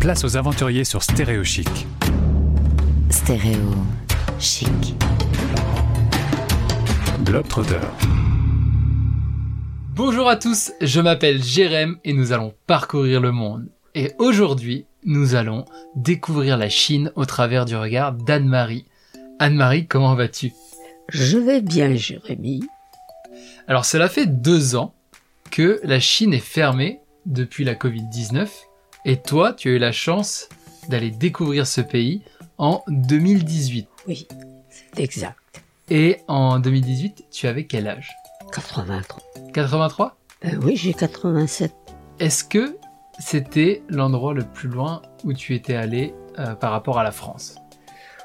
Place aux aventuriers sur Stéréo Chic. Stéréo chic. Globetrotter. Bonjour à tous, je m'appelle Jérém et nous allons parcourir le monde. Et aujourd'hui, nous allons découvrir la Chine au travers du regard d'Anne-Marie. Anne-Marie, comment vas-tu Je vais bien, Jérémy. Alors cela fait deux ans que la Chine est fermée depuis la Covid-19 et toi, tu as eu la chance d'aller découvrir ce pays en 2018. Oui, c'est exact. Et en 2018, tu avais quel âge 83. 83 Euh, oui, j'ai 87. Est-ce que c'était l'endroit le plus loin où tu étais allé euh, par rapport à la France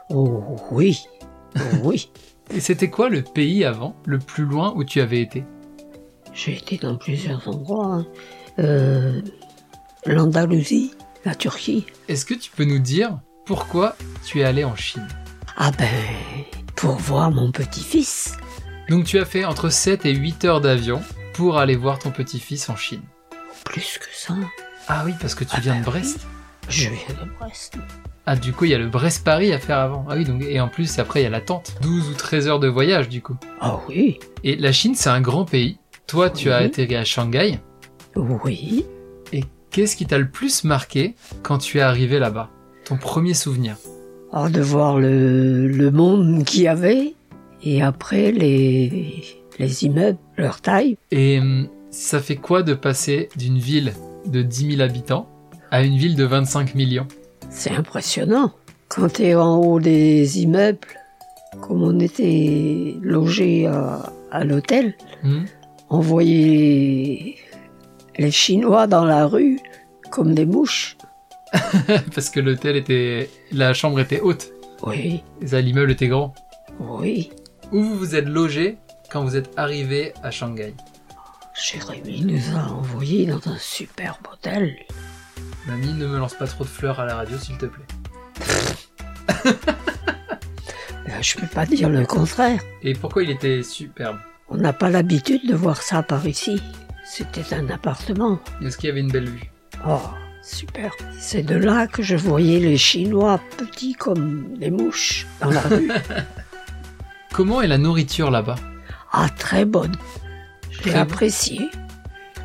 Oh oui, oh, oui. Et c'était quoi le pays avant, le plus loin où tu avais été J'ai été dans plusieurs endroits. hein. Euh, L'Andalousie, la Turquie. Est-ce que tu peux nous dire pourquoi tu es allé en Chine Ah ben, pour voir mon petit-fils. Donc tu as fait entre 7 et 8 heures d'avion pour aller voir ton petit-fils en Chine. Plus que ça, Ah oui, parce que tu viens de Brest. je viens de Brest. Ah du coup, il y a le Brest-Paris à faire avant. Ah oui, donc et en plus après il y a l'attente. 12 ou 13 heures de voyage du coup. Ah oui, Et la Chine, c'est un grand pays. Toi, tu as Oui. atterri à Shanghai. oui. Et qu'est-ce qui t'a le plus marqué quand tu es arrivé là-bas Ton premier souvenir. Ah, de voir le, le monde qu'il y avait. Et après, les, les immeubles, leur taille. Et hum, ça fait quoi de passer d'une ville de 10 000 habitants à une ville de 25 millions C'est impressionnant. Quand tu es en haut des immeubles, comme on était logé à, à l'hôtel, Hmm on voyait les Chinois dans la rue comme des mouches. Parce que l'hôtel était... La chambre était haute. Oui, Et ça, l'immeuble était grand. oui. Où vous vous êtes logé quand vous êtes arrivé à Shanghai Jérémy nous a envoyés dans un superbe hôtel. Mamie, ne me lance pas trop de fleurs à la radio, s'il te plaît. Ben, je peux pas dire le contraire. Et pourquoi il était superbe On n'a pas l'habitude de voir ça par ici. C'était un appartement. Est-ce qu'il y avait une belle vue Oh, super. C'est de là que je voyais les Chinois petits comme des mouches dans la rue. Comment est la nourriture là-bas Ah, très bonne. Très J'ai bonne. apprécié.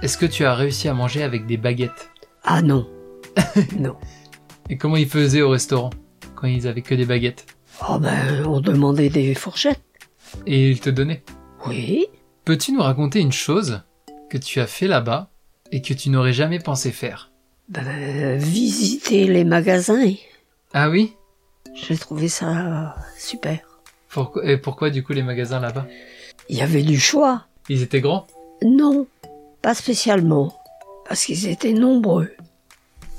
Est-ce que tu as réussi à manger avec des baguettes Ah non. non. Et comment ils faisaient au restaurant quand ils avaient que des baguettes Oh ben, on demandait des fourchettes. Et ils te donnaient Oui. Peux-tu nous raconter une chose que tu as fait là-bas et que tu n'aurais jamais pensé faire Ben, visiter les magasins. Ah oui J'ai trouvé ça super. Pourquoi- Et pourquoi du coup les magasins là-bas Il y avait du choix. Ils étaient grands Non, pas spécialement. Parce qu'ils étaient nombreux.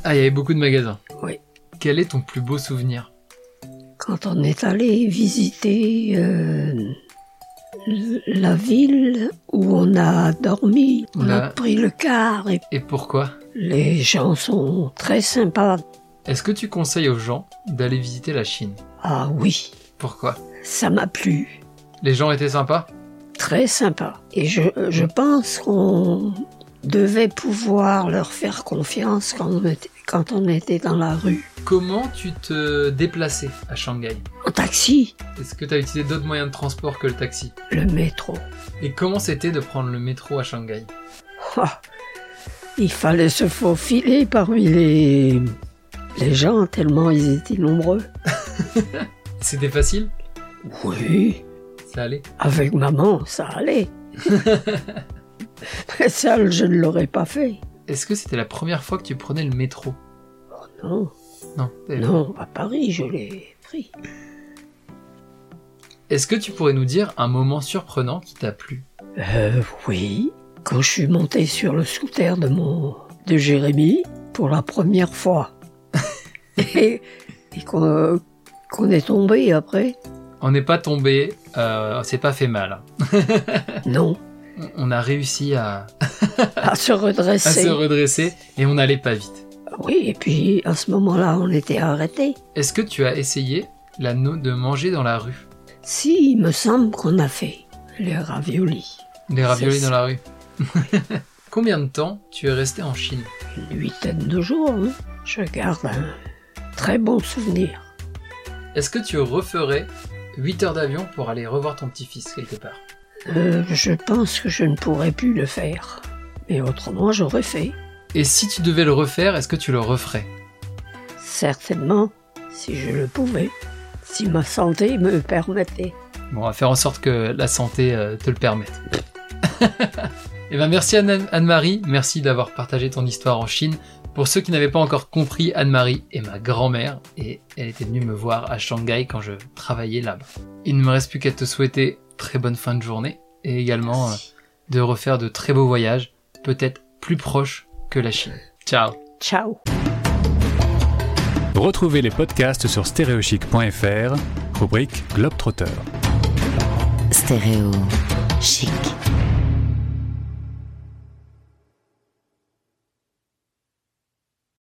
Ah, il y avait beaucoup de magasins. Oui. Quel est ton plus beau souvenir Quand on est allé visiter euh, l- la ville où on a dormi, on Là. a pris le car et Et pourquoi les gens sont très sympas. Est-ce que tu conseilles aux gens d'aller visiter la Chine Ah oui. Pourquoi Ça m'a plu, Les gens étaient sympas très sympa. Et je, je pense qu'on devait pouvoir leur faire confiance quand on, était, quand on était dans la rue. Comment tu te déplaçais à Shanghai En taxi, Est-ce que tu as utilisé d'autres moyens de transport que le taxi le métro. Et comment c'était de prendre le métro à Shanghai Ah, il fallait se faufiler parmi les, les gens, tellement ils étaient nombreux. C'était facile Oui, Ça allait avec maman, ça allait. Mais seul, je ne l'aurais pas fait. Est-ce que c'était la première fois que tu prenais le métro Non, Non. t'avais- non, à Paris, je l'ai pris. Est-ce que tu pourrais nous dire un moment surprenant qui t'a plu Euh, oui. Quand je suis montée sur le scooter de mon de Jérémy pour la première fois et, et qu'on euh, qu'on est tombé après, On n'est pas tombé, euh, on s'est pas fait mal. non, On- On a réussi à, à se à redresser. se redresser et on n'allait pas vite. Oui, et puis à ce moment-là, on était arrêté. Est-ce que tu as essayé la no- de manger dans la rue Si, il me semble qu'on a fait les raviolis. Les raviolis C'est dans la rue Combien de temps tu es resté en Chine Une huitaine de jours, hein. je garde un très bon souvenir. Est-ce que tu referais 8 heures d'avion pour aller revoir ton petit-fils quelque part Euh, je pense que je ne pourrais plus le faire. Mais autrement, j'aurais fait. Et si tu devais le refaire, est-ce que tu le referais Certainement, si je le pouvais. Si ma santé me permettait. Bon, on va faire en sorte que la santé euh, te le permette. Et ben merci Anne- Anne-Marie, merci d'avoir partagé ton histoire en Chine. Pour ceux qui n'avaient pas encore compris, Anne-Marie est ma grand-mère et elle était venue me voir à Shanghai quand je travaillais là-bas. Il ne me reste plus qu'à te souhaiter très bonne fin de journée et également euh, de refaire de très beaux voyages, peut-être plus proches que la Chine. Ciao Ciao Retrouvez les podcasts sur stéréochic.fr, rubrique Globetrotter. Stéréo chic.